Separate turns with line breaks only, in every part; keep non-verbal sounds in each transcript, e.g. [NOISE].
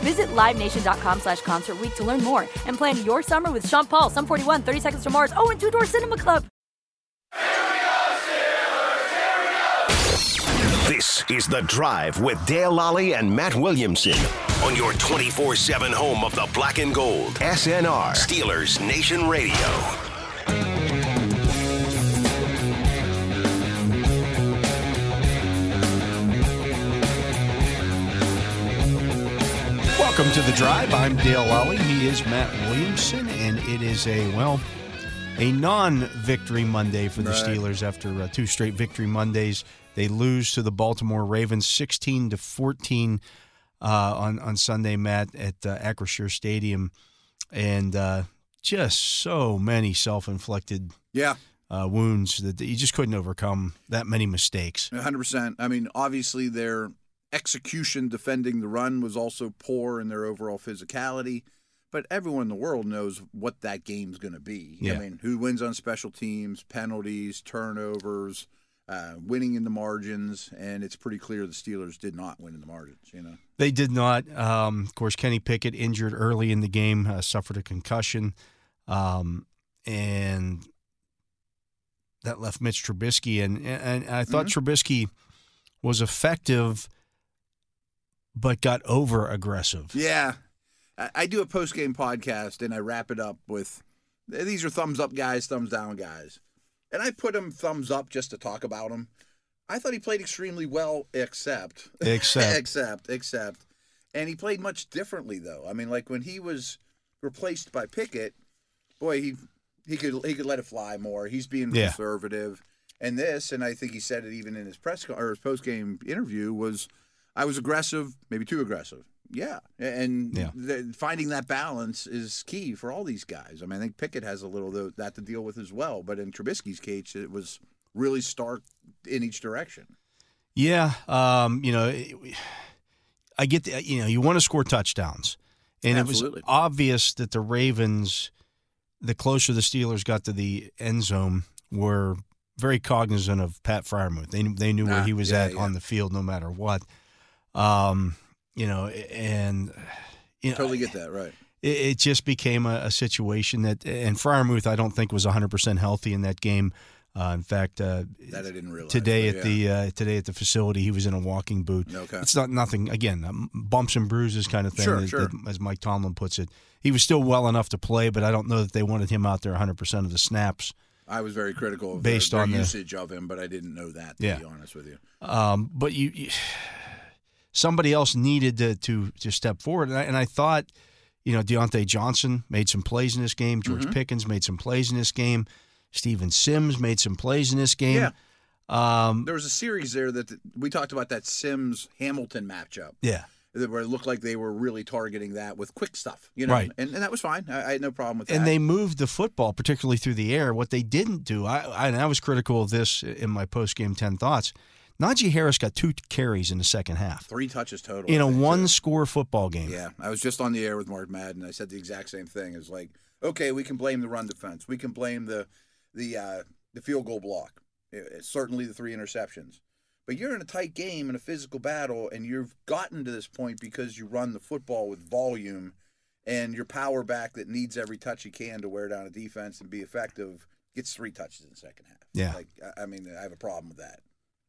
Visit LiveNation.com slash Concert Week to learn more and plan your summer with Sean Paul, Sum 41, 30 Seconds to Mars, oh, and Two Door Cinema Club.
This is The Drive with Dale Lally and Matt Williamson on your 24 7 home of the black and gold. SNR, Steelers Nation Radio.
Welcome to The Drive. I'm Dale Lally. He is Matt Williamson, and it is a, well, a non victory Monday for the Steelers after uh, two straight victory Mondays. They lose to the Baltimore Ravens 16 to 14 uh, on, on Sunday, Matt, at uh, Acrisure Stadium. And uh, just so many self inflicted
Yeah,
uh, wounds that you just couldn't overcome that many mistakes.
100%. I mean, obviously, their execution defending the run was also poor in their overall physicality, but everyone in the world knows what that game's going to be.
Yeah.
I mean, who wins on special teams, penalties, turnovers, uh, winning in the margins, and it's pretty clear the Steelers did not win in the margins, you know?
They did not. Um, of course, Kenny Pickett injured early in the game, uh, suffered a concussion, um, and that left Mitch Trubisky. And and, and I thought Trubisky was effective, but got over aggressive.
Yeah. I, I do a post game podcast and I wrap it up with these are thumbs up guys, thumbs down guys. And I put him thumbs up just to talk about him. I thought he played extremely well, except,
Except
except, except. And he played much differently, though. I mean, like when he was replaced by Pickett, boy, he he could he could let it fly more. He's being
Yeah.
conservative, and this, and I think he said it even in his press co- or his post game interview was, I was aggressive, maybe too aggressive. Yeah, and
Yeah.
th- finding that balance is key for all these guys. I mean, I think Pickett has a little of that to deal with as well, but in Trubisky's case, it was really stark in each direction.
yeah, um, you know, it- I get the, uh, you know you want to score touchdowns, and
Absolutely.
it was obvious that the Ravens, the closer the Steelers got to the end zone, were very cognizant of Pat Fryermuth. They they knew where
Ah,
he was
yeah,
at
yeah.
on the field, no matter what. Um, you know, and you know,
Totally get that right.
it, it just became a, a situation that, and Fryermuth, I don't think was 100 percent healthy in that game. Uh, in fact, uh,
That I didn't realize
today
but
at the uh, today at the facility. He was in a walking boot.
Okay.
It's not nothing again, um, bumps and bruises kind of thing.
Sure,
that-
sure.
that- as Mike Tomlin puts it, he was still well enough to play, but I don't know that they wanted him out there 100 percent of the snaps.
I was very critical of
Based
based
on
on
the-
usage of him, but I didn't know that. To
Yeah.
be honest with you,
Um, but you, you [SIGHS] somebody else needed to to, to step forward, and I, and I thought. You know, Deontay Johnson made some plays in this game. George
Mm-hmm.
Pickens made some plays in this game. Steven Sims made some plays in this game. Yeah. Um,
there was a series there that we talked about that Sims Hamilton matchup
yeah.
that where it looked like they were really targeting that with quick stuff, you know,
Right.
and, and that was fine. I, I had no problem with that.
and they moved the football, particularly through the air. What they didn't do, I, I and I was critical of this in my post game ten thoughts. Najee Harris got two carries in the second half
three touches total
in
I
a
think, too.
one score football game.
Yeah, I was just on the air with Mark Madden. I said the exact same thing. It's like, okay, we can blame the run defense. We can blame the the uh, the field goal block. eh, certainly the three interceptions. But you're in a tight game in a physical battle, and you've gotten to this point because you run the football with volume and your power back that needs every touch you can to wear down a defense and be effective gets three touches in the second half.
Yeah.
Like, I- I mean, I have a problem with that.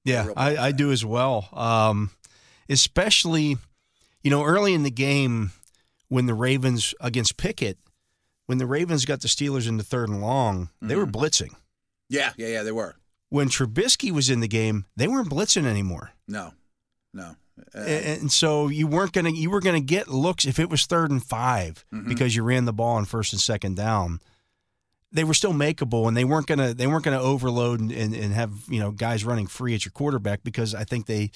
Yeah,
real
I,
bad
I
at
do as well. Um, especially, you know, early in the game when the Ravens
Mm-hmm.
against Pickett, when the Ravens got the Steelers into third and long, they were blitzing.
Yeah, yeah, yeah. They were.
When Trubisky was in the game, they weren't blitzing anymore,
No, no. Uh,
A- and, so you weren't gonna you were gonna get looks if it was third and 5
Mm-hmm.
because you ran the ball on first and second down. They were still makeable, and they weren't gonna they weren't gonna overload and, and, and have you know guys running free at your quarterback because I think they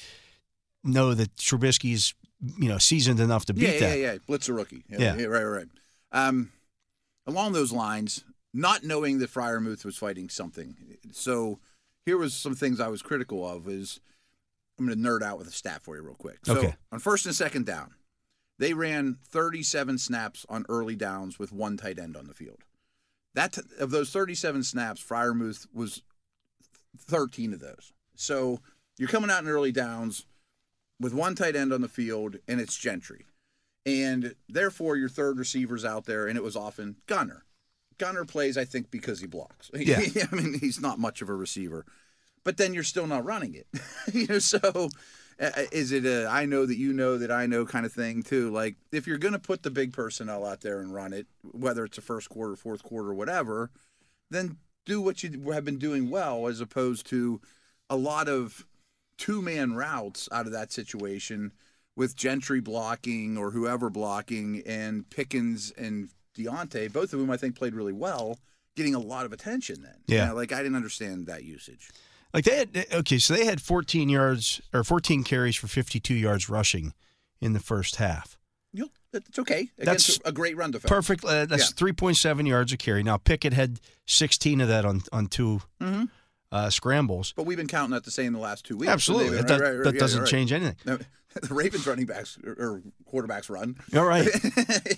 know that Trubisky's you know seasoned enough to beat
yeah,
that.
Yeah, yeah, Blitz a rookie. Yeah,
Yeah.
yeah. right, right. right. Um, along those lines, not knowing that Fryermuth was fighting something, so here was some things I was critical of. Is I'm going to nerd out with a stat for you real quick. So
Okay.
on first and second down, they ran 37 snaps on early downs with one tight end on the field. That of those 37 snaps, Fryermuth was 13 of those. So you're coming out in early downs with one tight end on the field, and it's Gentry. And therefore, your third receiver's out there, and it was often Gunner. Gunner plays, I think, because he blocks. [LAUGHS]
Yeah.
I mean, he's not much of a receiver, but then you're still not running it. [LAUGHS] you know, so uh, is it a I know that you know that I know kind of thing, too? Like, if you're going to put the big personnel out there and run it, whether it's a first quarter, fourth quarter, whatever, then do what you have been doing well as opposed to a lot of two man routes out of that situation with Gentry blocking or whoever blocking and Pickens and Deontay, both of whom I think played really well, getting a lot of attention then. You
Yeah.
know, like I didn't understand that usage.
Like they had okay, so they had 14 yards or 14 carries for 52 yards rushing in the first half.
You know, it's okay.
That's
Against a great run defense.
Perfect. Uh, that's
Yeah.
3.7 yards a carry. Now Pickett had 16 of that on on 2
Mm-hmm.
uh, scrambles.
But we've been counting that the same the last two weeks.
Absolutely,
Right,
that, that,
right, right, yeah,
doesn't
right.
change anything.
No, [LAUGHS] the Ravens running backs or, or quarterbacks run. [LAUGHS]
All right,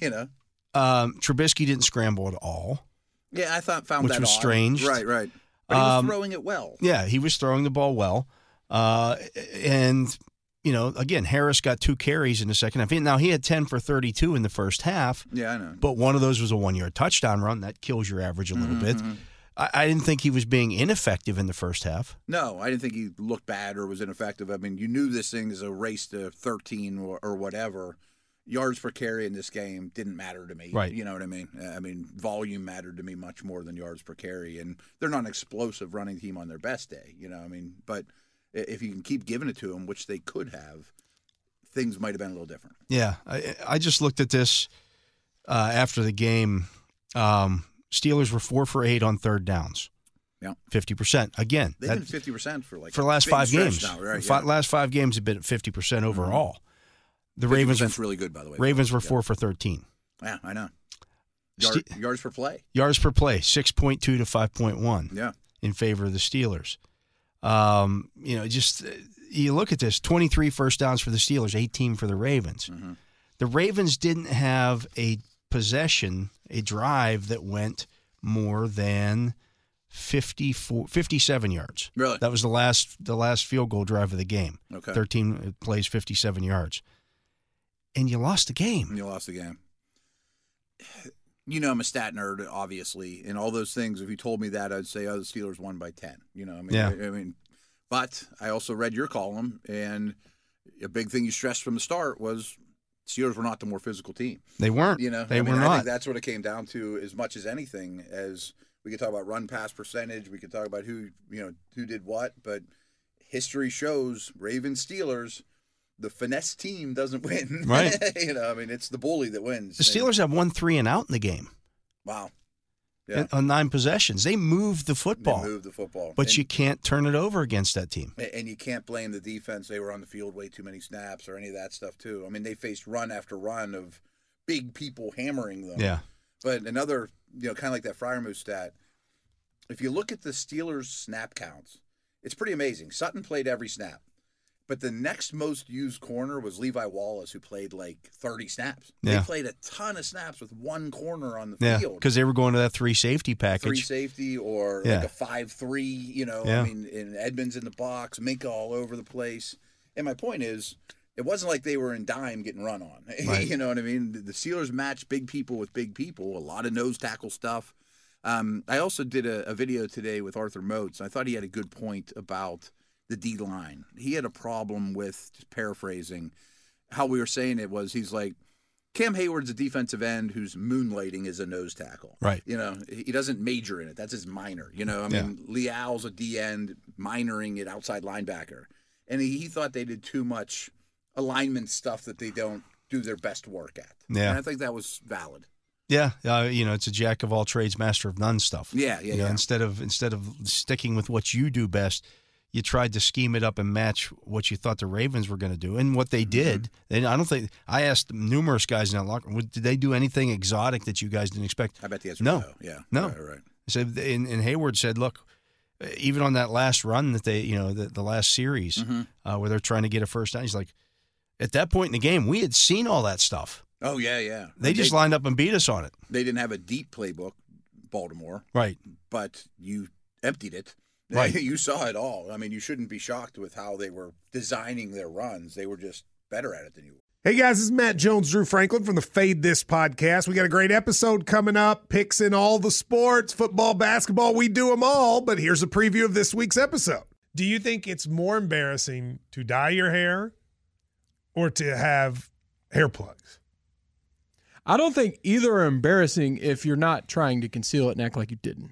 you know.
um, Trubisky didn't scramble at all.
Yeah, I thought found
Which
that
was
odd.
strange.
Right, right. But he was
Um,
throwing it well.
Yeah, he was throwing the ball well, uh, and you know, again, Harris got two carries in the second half. Now he had 10 for 32 in the first half.
Yeah, I know.
but one of those was a one yard touchdown run that kills your average a
Mm-hmm,
little bit. I, I didn't think he was being ineffective in the first half.
No, I didn't think he looked bad or was ineffective. I mean, you knew this thing is a race to 13 or, or whatever. Yards per carry in this game didn't matter to me.
Right.
You know what I mean? Uh, I mean, volume mattered to me much more than yards per carry. And they're not an explosive running team on their best day. You know what I mean? But i- if you can keep giving it to them, which they could have, things might have been a little different.
Yeah, I, I just looked at this uh, after the game. Um, Steelers were four for eight on third downs.
Yeah.
fifty percent again.
They've
that-
been 50% for like
for
a
the last
big
five
stretch
games.
Now, right?
Fi-
yeah. Mm-hmm.
Last five games have been at fifty percent overall. The Ravens were
50%'s really good, by the way.
Ravens were
Yeah.
four for thirteen.
Yeah, I know. Yard,
Ste-
yards per play.
Yards per play six point two to five point one.
Yeah.
in favor of the Steelers. Um, you know, just uh, you look at this 23 first downs for the Steelers, 18 for the Ravens.
Mm-hmm.
The Ravens didn't have a possession, a drive that went more than 54 57 yards.
Really?
That was the last the last field goal drive of the game.
Okay.
13 plays 57 yards. And you lost the game.
You lost the game. You know I'm a stat nerd, obviously, and all those things. If you told me that, I'd say, "Oh, the Steelers won by ten. You know, I mean,
Yeah.
I, I mean, but I also read your column, and a big thing you stressed from the start was Steelers were not the more physical team.
They weren't.
You know,
they
I mean,
were
I
not.
think that's what it came down to, as much as anything. As we could talk about run pass percentage, we could talk about who you know who did what, but history shows Ravens Steelers, the finesse team doesn't [LAUGHS] win.
Right.
you know, I mean, it's the bully that wins.
the
And-
Steelers have one three and out in the game.
Wow. Yeah.
in- on nine possessions. They moved the
They
football,
moved the football.
but
and,
you can't turn it over against that team.
and you can't blame the defense. They were on the field way too many snaps or any of that stuff too. I mean, they faced run after run of big people hammering them.
Yeah,
But another, you know, kind of like that Fryer Moose stat. If you look at the Steelers snap counts, it's pretty amazing. Sutton played every snap, but the next most used corner was Levi Wallace, who played like 30 snaps.
Yeah.
They played a ton of snaps with one corner on the
yeah,
field.
because they were going to that three safety
three
package.
safety or
Yeah.
like a five three. You know,
Yeah.
I mean, and Edmonds in the box, Minka all over the place. And my point is, it wasn't like they were in dime getting run on. [LAUGHS]
Right.
you know what I mean? The, the Steelers match big people with big people. A lot of nose tackle stuff. Um, I also did a, a video today with Arthur Motes. I thought he had a good point about the D line. He had a problem with just paraphrasing how we were saying it was. He's like Cam Hayward's a defensive end who's moonlighting as a nose tackle.
Right.
You know, he doesn't major in it. That's his minor. You know, I
Yeah.
mean, Leal's a D end, minoring at outside linebacker. And he, he thought they did too much alignment stuff that they don't do their best work at.
Yeah.
And I think that was valid.
Yeah, uh, you know, it's a jack of all trades, master of none stuff.
Yeah, yeah,
You know,
yeah.
Instead of instead of sticking with what you do best, you tried to scheme it up and match what you thought the Ravens were going to do, and what
Mm-hmm.
they did. And I don't think I asked numerous guys in that locker room, "Would- did they do anything exotic that you guys didn't expect?
I bet the answer
No.
is no. Yeah.
No.
Right, right.
So, and, and Hayward said, look, uh, even on that last run that they, you know, the, the last series uh, where they're trying to get a first down, he's like, at that point in the game, we had seen all that stuff.
Oh, yeah, yeah.
They just lined up and beat us on it.
they didn't have a deep playbook, Baltimore,
Right.
but you emptied it. [LAUGHS]
Right.
you saw it all. I mean, you shouldn't be shocked with how they were designing their runs. They were just better at it than you were.
Hey guys, this is Matt Jones, Drew Franklin from the Fade This podcast. We got a great episode coming up. Picks in all the sports, football, basketball, we do them all. But here's a preview of this week's episode. Do you think it's more embarrassing to dye your hair or to have hair plugs?
I don't think either are embarrassing if you're not trying to conceal it and act like you didn't.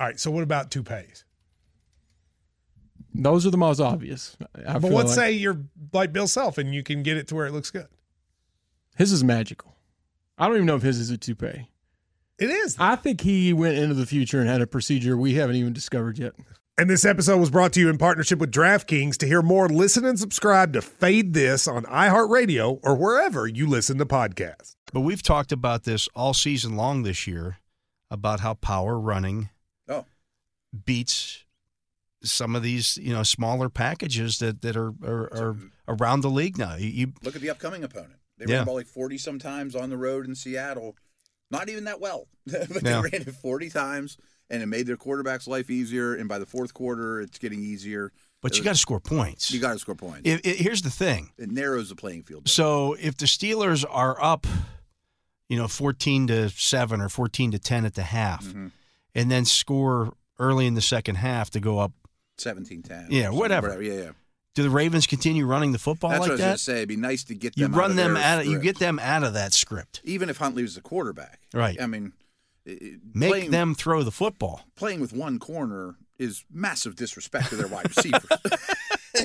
All right. So what about toupees?
those are the most obvious. I
But
feel
let's
like.
say you're like Bill Self, and you can get it to where it looks good.
his is magical. I don't even know if his is a toupee.
It is.
I think he went into the future and had a procedure we haven't even discovered yet.
And this episode was brought to you in partnership with DraftKings. To hear more, listen and subscribe to Fade This on iHeartRadio or wherever you listen to podcasts.
But we've talked about this all season long this year about how power running
Oh,
beats some of these, you know, smaller packages that, that are, are, are around the league now. You, you-
look at the upcoming opponent. They
Yeah.
ran about like 40 sometimes on the road in Seattle. Not even that well, [LAUGHS] but
Yeah.
they ran it 40 times, and it made their quarterback's life easier. And by the fourth quarter, it's getting easier.
but you got to score points.
You got to score points.
It- it- here's the thing.
it narrows the playing field. down.
So if the Steelers are up, you know, 14 to 7 or 14 to 10 at the half
Mm-hmm.
and then score early in the second half to go up,
17-10.
Yeah,
something,
whatever.
Yeah, yeah.
do the Ravens continue running the football
That's
like
what I was
that?
going to say. It'd be nice to get
you
them out
run
of
them
their
out of you
script.
get them out of that script.
even if Huntley was the quarterback.
Right.
I mean, it- it-
Make
playing,
them throw the football.
playing with one corner is massive disrespect to their wide
[LAUGHS]
receivers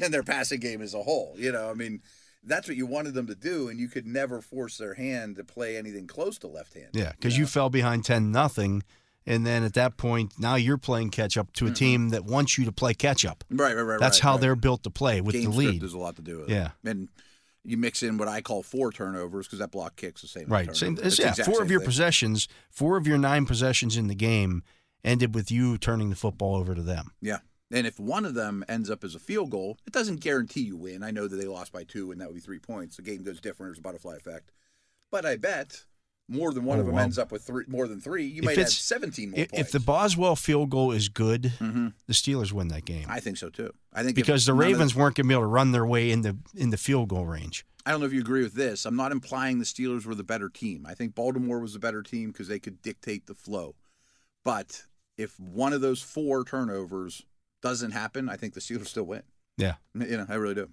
and their passing game as a whole. You know, I mean, that's what you wanted them to do, and you could never force their hand to play anything close to left hand.
Yeah, because you fell behind ten nothing, and then at that point, now you're playing catch up to a team that wants you to play catch up.
Right, right, Mm-hmm. right.
That's
right,
how
right.
they're built to play with
game
the
script
lead.
There's a lot to do with
Yeah.
it. And you mix in what I call four turnovers because that block kick's the same. as
Right. Same,
turnover. It's the
yeah,
exact
four
same
of your
thing.
possessions, four of your nine possessions in the game ended with you turning the football over to them.
Yeah. And if one of them ends up as a field goal, it doesn't guarantee you win. I know that they lost by two, and that would be three points. The game goes different. There's a butterfly effect. But I bet more than one
Oh,
of them
wow.
ends up with three, more than three. You
If
might have
it's-
17 more
I- If
points. Mm-hmm.
the Boswell field goal is good, the Steelers win that game
I think so too. I think if
because the
none of
Ravens weren't going to be able to run their way in the in the field goal range.
I don't know if you agree with this. I'm not implying the Steelers were the better team. I think Baltimore was the better team because they could dictate the flow. But if one of those four turnovers doesn't happen, I think the Steelers still win.
Yeah.
You know, I really do.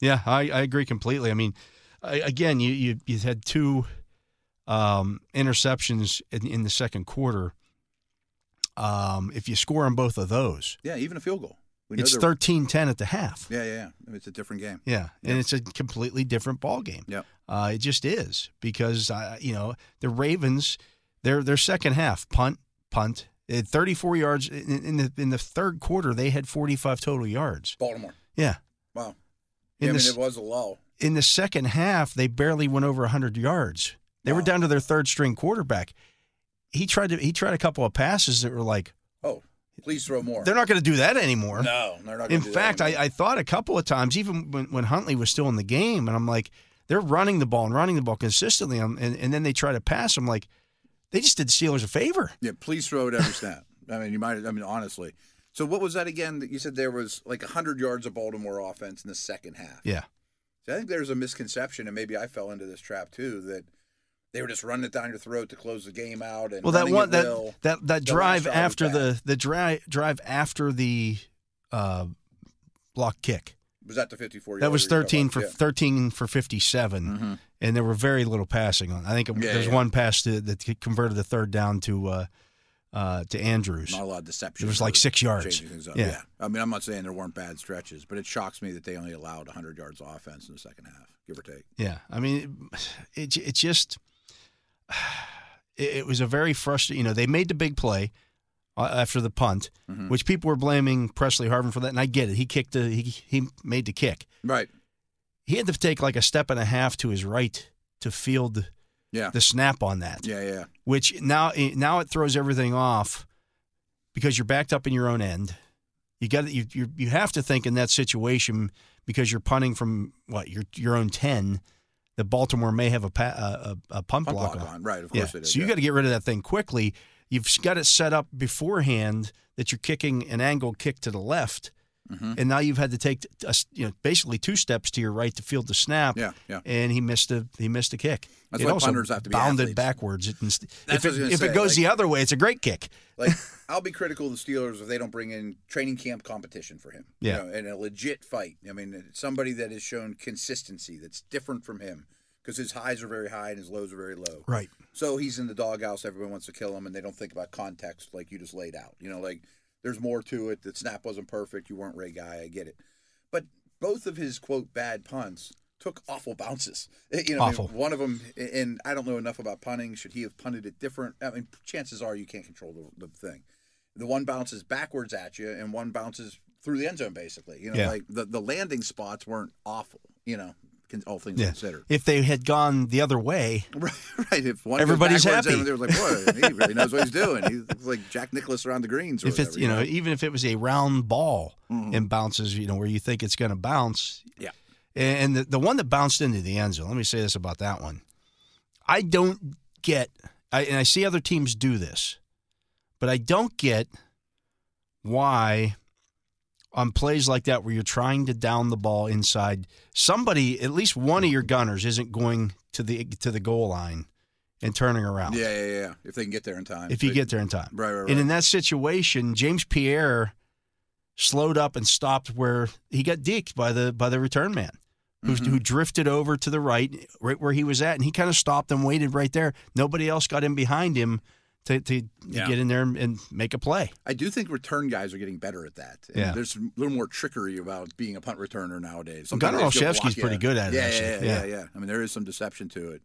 Yeah, I, I agree completely. I mean, I, again, you, you you had two um, interceptions in, in the second quarter. Um, if you score on both of those,
Yeah, even a field goal. We know
it's
they're-
13-10 at the half.
Yeah, yeah, yeah. I mean, It's a different game.
Yeah, and it's a completely different ball game.
Yep.
Uh, it just is because uh, you know the Ravens, their their second half punt punt at 34 yards in, in the in the third quarter they had 45 total yards.
Baltimore.
Yeah,
Wow.
in the
Yeah, I mean,
s-
it was a lull.
in the second half, they barely went over 100 yards. They were
Wow.
down to their third string quarterback. He tried to he tried a couple of passes that were like
Oh, please throw more.
they're not going to do that anymore.
no, they're not. gonna
in
do that
fact, I,
anymore.
I thought a couple of times, even when, when Huntley was still in the game, and I'm like, they're running the ball and running the ball consistently, um, and, and then they try to pass them. Like they just did the Steelers a favor.
Yeah, please throw it every snap. [LAUGHS] I mean, you might. I mean, honestly. So what was that again? That you said there was like hundred yards of Baltimore offense in the second half.
Yeah,
So I think there's a misconception, and maybe I fell into this trap too that they were just running it down your throat to close the game out. And
well that
running
one
at
that,
will.
that that
last
drive
drive was
after
bad.
the the drive drive after the uh block kick
was that the 54.
that was
yarder you
13 for
got left?
13 for 57 and there were very little passing on i think
Yeah,
there's
yeah.
one pass to, that converted the third down to uh uh to andrews
Yeah. Not a lot of deception.
It was like
or
six yards.
changing things up.
Yeah.
Yeah. I mean, I'm not saying there weren't bad stretches, but it shocks me that they only allowed 100 yards of offense in the second half, give or take.
yeah i mean [SIGHS] it it just [SIGHS] it, it was a very frustrating you know they made the big play uh, after the punt which people were blaming presley harvin for that and i get it he kicked the he, he made the kick
Right.
he had to take like a step and a half to his right to field
Yeah.
the snap on that,
Yeah. Yeah.
which now now it throws everything off because you're backed up in your own end. You got you you you have to think in that situation because you're punting from what your your own ten. That Baltimore may have a pa- a, a, a pump,
Pump
block,
block
on.
on, right, of
Yeah.
course they did,
So you
yeah.
got to get rid of that thing quickly. You've got it set up beforehand that you're kicking an angle kick to the left,
Mm-hmm.
and now you've had to take a s you know basically two steps to your right to field the snap.
Yeah, yeah.
And he missed a he missed a kick.
That's
it
why
also
punters have to be
bounded
athletes.
backwards. It, inst- if
That's what I was
it,
gonna
if it
say,
goes
like-
the other way, it's a great kick. [LAUGHS]
Like, I'll be critical of the Steelers if they don't bring in training camp competition for him.
Yeah.
You know, and a legit fight. I mean, somebody that has shown consistency that's different from him because his highs are very high and his lows are very low.
Right.
So he's in the doghouse. Everyone wants to kill him, and they don't think about context like you just laid out. You know, like there's more to it. The snap wasn't perfect. You weren't Ray Guy. I get it. But both of his quote bad punts took awful bounces. [LAUGHS] You know, I mean,
Awful.
one of them, and I don't know enough about punting. Should he have punted it different? I mean, chances are you can't control the, the thing. The one bounces backwards at you, and one bounces through the end zone. Basically, you know,
Yeah.
like the the landing spots weren't awful. You know, con- all things
Yeah.
considered.
If they had gone the other way,
Right, [LAUGHS] right. If one
Everybody's
goes backwards,
happy.
everyone was like, "Boy,
[LAUGHS]
he really knows what he's doing." He's like Jack Nicholas around the greens. Or
if it's
whatever,
you know even if it was a round ball and bounces you know where you think it's going to bounce
Mm-hmm. Yeah.
and the, the one that bounced into the end zone let me say this about that one i don't get I, and i see other teams do this but i don't get why on plays like that where you're trying to down the ball inside somebody at least one of your gunners isn't going to the to the goal line and turning around
Yeah, yeah, yeah. If they can get there in time.
if you
They-
get there in time.
Right, right, right.
And in that situation, James Pierre slowed up and stopped where he got deked by the by the return man, who
Mm-hmm.
who drifted over to the right, right where he was at, and he kind of stopped and waited right there. Nobody else got in behind him to to
Yeah.
get in there and, and make a play.
I do think return guys are getting better at that. And
Yeah.
There's a little more trickery about being a punt returner nowadays.
Gunnar
they just
Olszewski's
block you.
pretty good at it,
Yeah,
actually.
yeah,
Yeah.
yeah, yeah, yeah. I mean, there is some deception to it.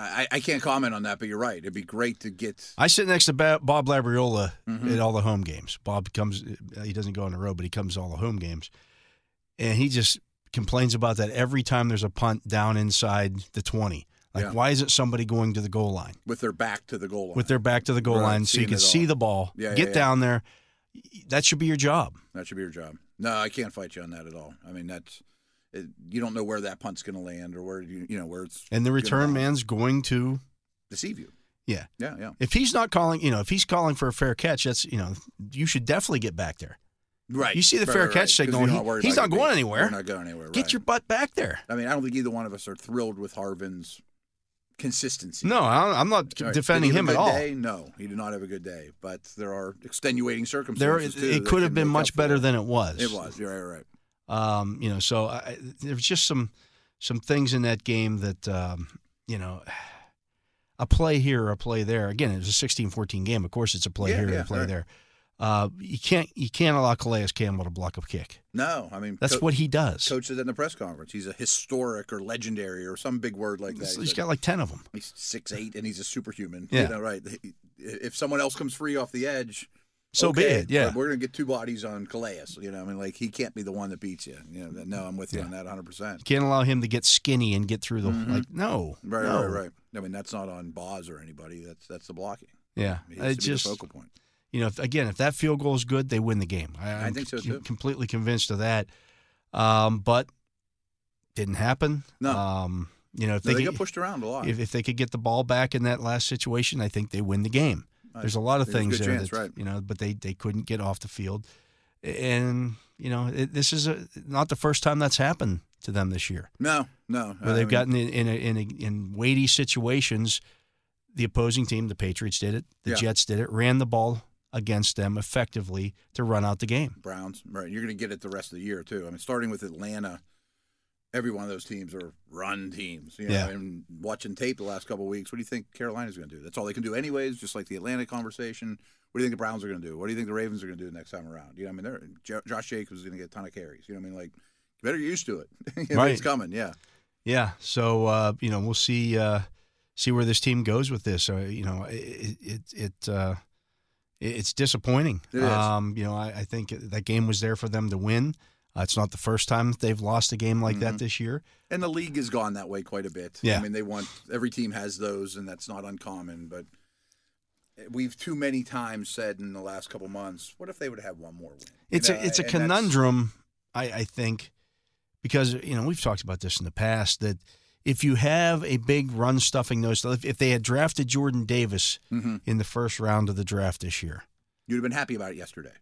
I, I I can't comment on that, but you're right. It'd be great to get.
I sit next to Ba- Bob Labriola
Mm-hmm.
at all the home games. Bob comes, he doesn't go on the road, but he comes to all the home games. And he just complains about that every time there's a punt down inside the 20. Like,
Yeah.
why isn't somebody going to the goal line?
With their back to the goal line.
With their back to the goal
Right,
line so you
seeing
can
it all.
see the ball,
Yeah, yeah,
get
yeah.
down there. That should be your job.
That should be your job. No, I can't fight you on that at all. I mean, that's it, you don't know where that punt's going to land or where you you know where it's
And the
gonna
return
bounce.
man's going to,
deceive you.
yeah.
Yeah, yeah.
If he's not calling, you know, if he's calling for a fair catch, that's, you know, you should definitely get back there.
Right.
You see the fair catch signal,
Because
he-
you're worried
he's
about
not
your
going
beat.
anywhere.
You're not going anywhere.
Get
right.
your butt back there.
I mean, I don't think either one of us are thrilled with Harvin's consistency.
No, I don't- I'm not
All right,
defending
did he have
him
a
at
good
all.
Day? No, he did not have a good day. But there are extenuating
there
circumstances.
it,
too,
it
that
could have
can
been
make
much
up for
better
that.
than it was.
it was. You're right, you're right.
Um, you know, so I, I- there's just some some things in that game that um, you know, a play here, a play there. Again, it was a 16-14 game. Of course, it's a play
Yeah,
here,
yeah,
a play
right.
there. Uh, you can't you can't allow Calais Campbell to block a kick.
No, I mean
That's
co-
what he does.
coach said in the press conference. He's a historic or legendary or some big word like that.
He's-
He
he's
said-
got like ten of them.
he's six eight and he's a superhuman.
Yeah.
You know, right. If someone else comes free off the edge,
So be
okay,
it, yeah.
but we're gonna get two bodies on Calais. You know, I mean, like he can't be the one that beats you. You know, that- no, I'm with you on that 100. percent
Can't allow him to get skinny and get through the like. No,
Mm-hmm. Right,
no.
right, right. I mean, that's not on Boz or anybody. That's that's the blocking.
Yeah,
He
it
has to be the
just
focal point.
you know, if, again, if that field goal is good, they win the game. I,
I
I'm
think so,
c-
too.
Completely convinced of that. Um, but Didn't happen.
No.
Um, you know, if
No,
they,
they
could-
got pushed around a lot.
if, if they could get the ball back in that last situation, I think they win the game. There's a lot of
There's a
things
good
there,
chance,
that,
right.
you know, but they they couldn't get off the field, and you know, it, this is a, not the first time that's happened to them this year,
no, no.
where
I
they've
mean,
gotten in in, a, in, a, in weighty situations. The opposing team, the Patriots, did it. The
Yeah.
Jets did it. Ran the ball against them effectively to run out the game.
Browns. Right. You're going to get it the rest of the year too. I mean, starting with Atlanta, every one of those teams are run teams. You know,
Yeah.
And watching tape the last couple of weeks, what do you think Carolina's going to do? That's all they can do anyways. Just like the Atlanta conversation. What do you think the Browns are going to do? What do you think the Ravens are going to do next time around? You know, I mean, they're, Jo- Josh Jacobs is going to get a ton of carries. You know, what I mean, like, you better get used to it. [LAUGHS] You know,
Right.
It's coming. Yeah.
Yeah. So uh, you know, we'll see uh, see where this team goes with this. Uh, you know, it it it. Uh, it- it's disappointing.
It is.
Um, you know, I, I think that game was there for them to win. Uh, it's not the first time that they've lost a game like that this year.
And the league has gone that way quite a bit.
Yeah.
I mean, they want every team has those, and that's not uncommon. But we've too many times said in the last couple months, what if they would have had one more win? You
It's
know,
a it's a
and that's-
conundrum, I, I think, because you know we've talked about this in the past that if you have a big run stuffing nose, if, if they had drafted Jordan Davis
Mhm.
in the first round of the draft this year,
You'd have been happy about it yesterday.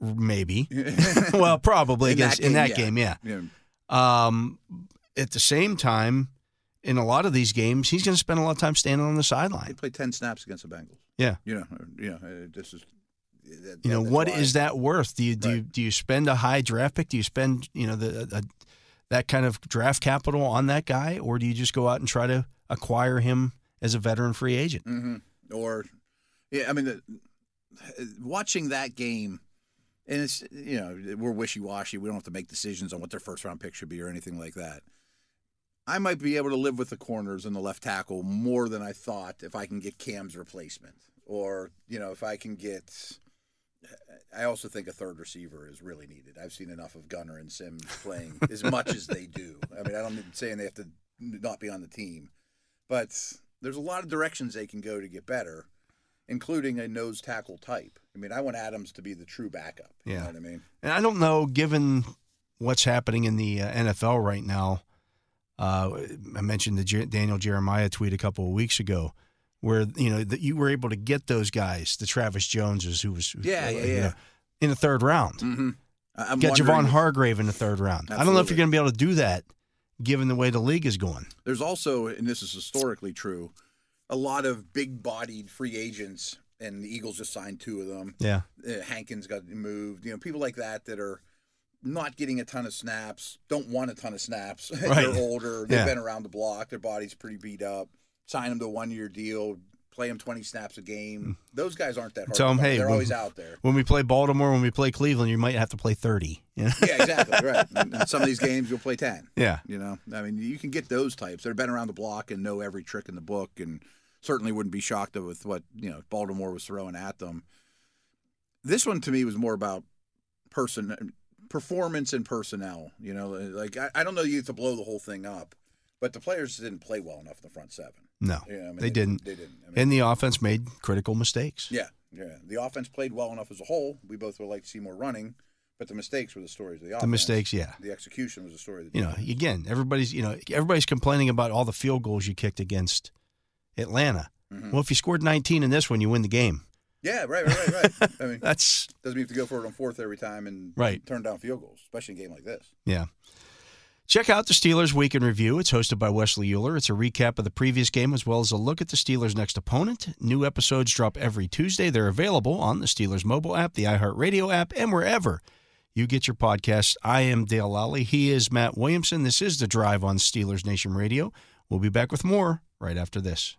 maybe, well, probably against in that game, yeah.
Yeah.
Um, at the same time, in a lot of these games, he's going to spend a lot of time standing on the
They
sideline.
played ten snaps against the Bengals.
Yeah.
You know, or, you know, uh, this is. That,
You know
that's
what
why-
is that worth? Do you do you,
Right.
do you spend a high draft pick? Do you spend you know the a, that kind of draft capital on that guy, or do you just go out and try to acquire him as a veteran free agent?
Mm. or yeah i mean the, uh, watching that game and it's you know we're wishy-washy we don't have to make decisions on what their first round pick should be or anything like that i might be able to live with the corners and the left tackle more than i thought if i can get cam's replacement or you know if i can get I also think a third receiver is really needed. I've seen enough of Gunner and Sims playing as much as they do. I mean, I don't mean saying they have to not be on the team, but there's a lot of directions they can go to get better, including a nose tackle type. I mean, I want Adams to be the true backup. You
Yeah.
know what I mean?
And I don't know, given what's happening in the uh, NFL right now. Uh, I mentioned the Jer- Daniel Jeremiah tweet a couple of weeks ago, where you know that you were able to get those guys, the Travis Joneses, who was who-
Yeah, yeah,
you know,
yeah.
in the third round.
Mm-hmm. I'm
Get
wondering
Javon
if-
Hargrave in the third round. I don't know if
Absolutely.
you're going to be able to do that, given the way the league is going.
There's also, and this is historically true, a lot of big-bodied free agents, and the Eagles just signed two of them.
Yeah,
uh, Hankins got moved. You know, people like that that are not getting a ton of snaps, don't want a ton of snaps. [LAUGHS]
Right.
they're older. They've
Yeah.
been around the block. Their body's pretty beat up. Sign them to a one-year deal. Play them 20 snaps a game. Those guys aren't that
Hmm.
hard.
Tell
to
'em,
find.
hey,
they're
when-
always out there.
when we play Baltimore, when we play Cleveland, you might have to play thirty.
[LAUGHS]
Yeah,
Yeah, exactly. right. And and some of these games you'll play 10.
yeah.
You know, I mean, you can get those types. They've been around the block and know every trick in the book, and certainly wouldn't be shocked with what you know Baltimore was throwing at them. This one to me was more about person performance and personnel. You know, like I, I don't know you have to blow the whole thing up, but the players didn't play well enough in the front seven.
No,
You know, I mean,
they, didn't.
They didn't. I mean,
and the offense made critical mistakes.
yeah, yeah. The offense played well enough as a whole. We both would like to see more running, but the mistakes were the stories of the offense.
the mistakes, yeah.
The execution was the story. Of the
you know,
defense.
again, everybody's you know everybody's complaining about all the field goals you kicked against Atlanta.
Mm-hmm.
Well, if you scored 19 in this one, you win the game.
yeah, right, right, right, right. I mean,
That's
Doesn't mean you have to go for it on fourth every time and
Right.
turn down field goals, especially in a game like this.
yeah. Check out the Steelers Week in Review. It's hosted by Wesley Euler. It's a recap of the previous game as well as a look at the Steelers' next opponent. New episodes drop every Tuesday. They're available on the Steelers mobile app, the iHeartRadio app, and wherever you get your podcasts. I am Dale Lally. He is Matt Williamson. This is The Drive on Steelers Nation Radio. We'll be back with more right after this.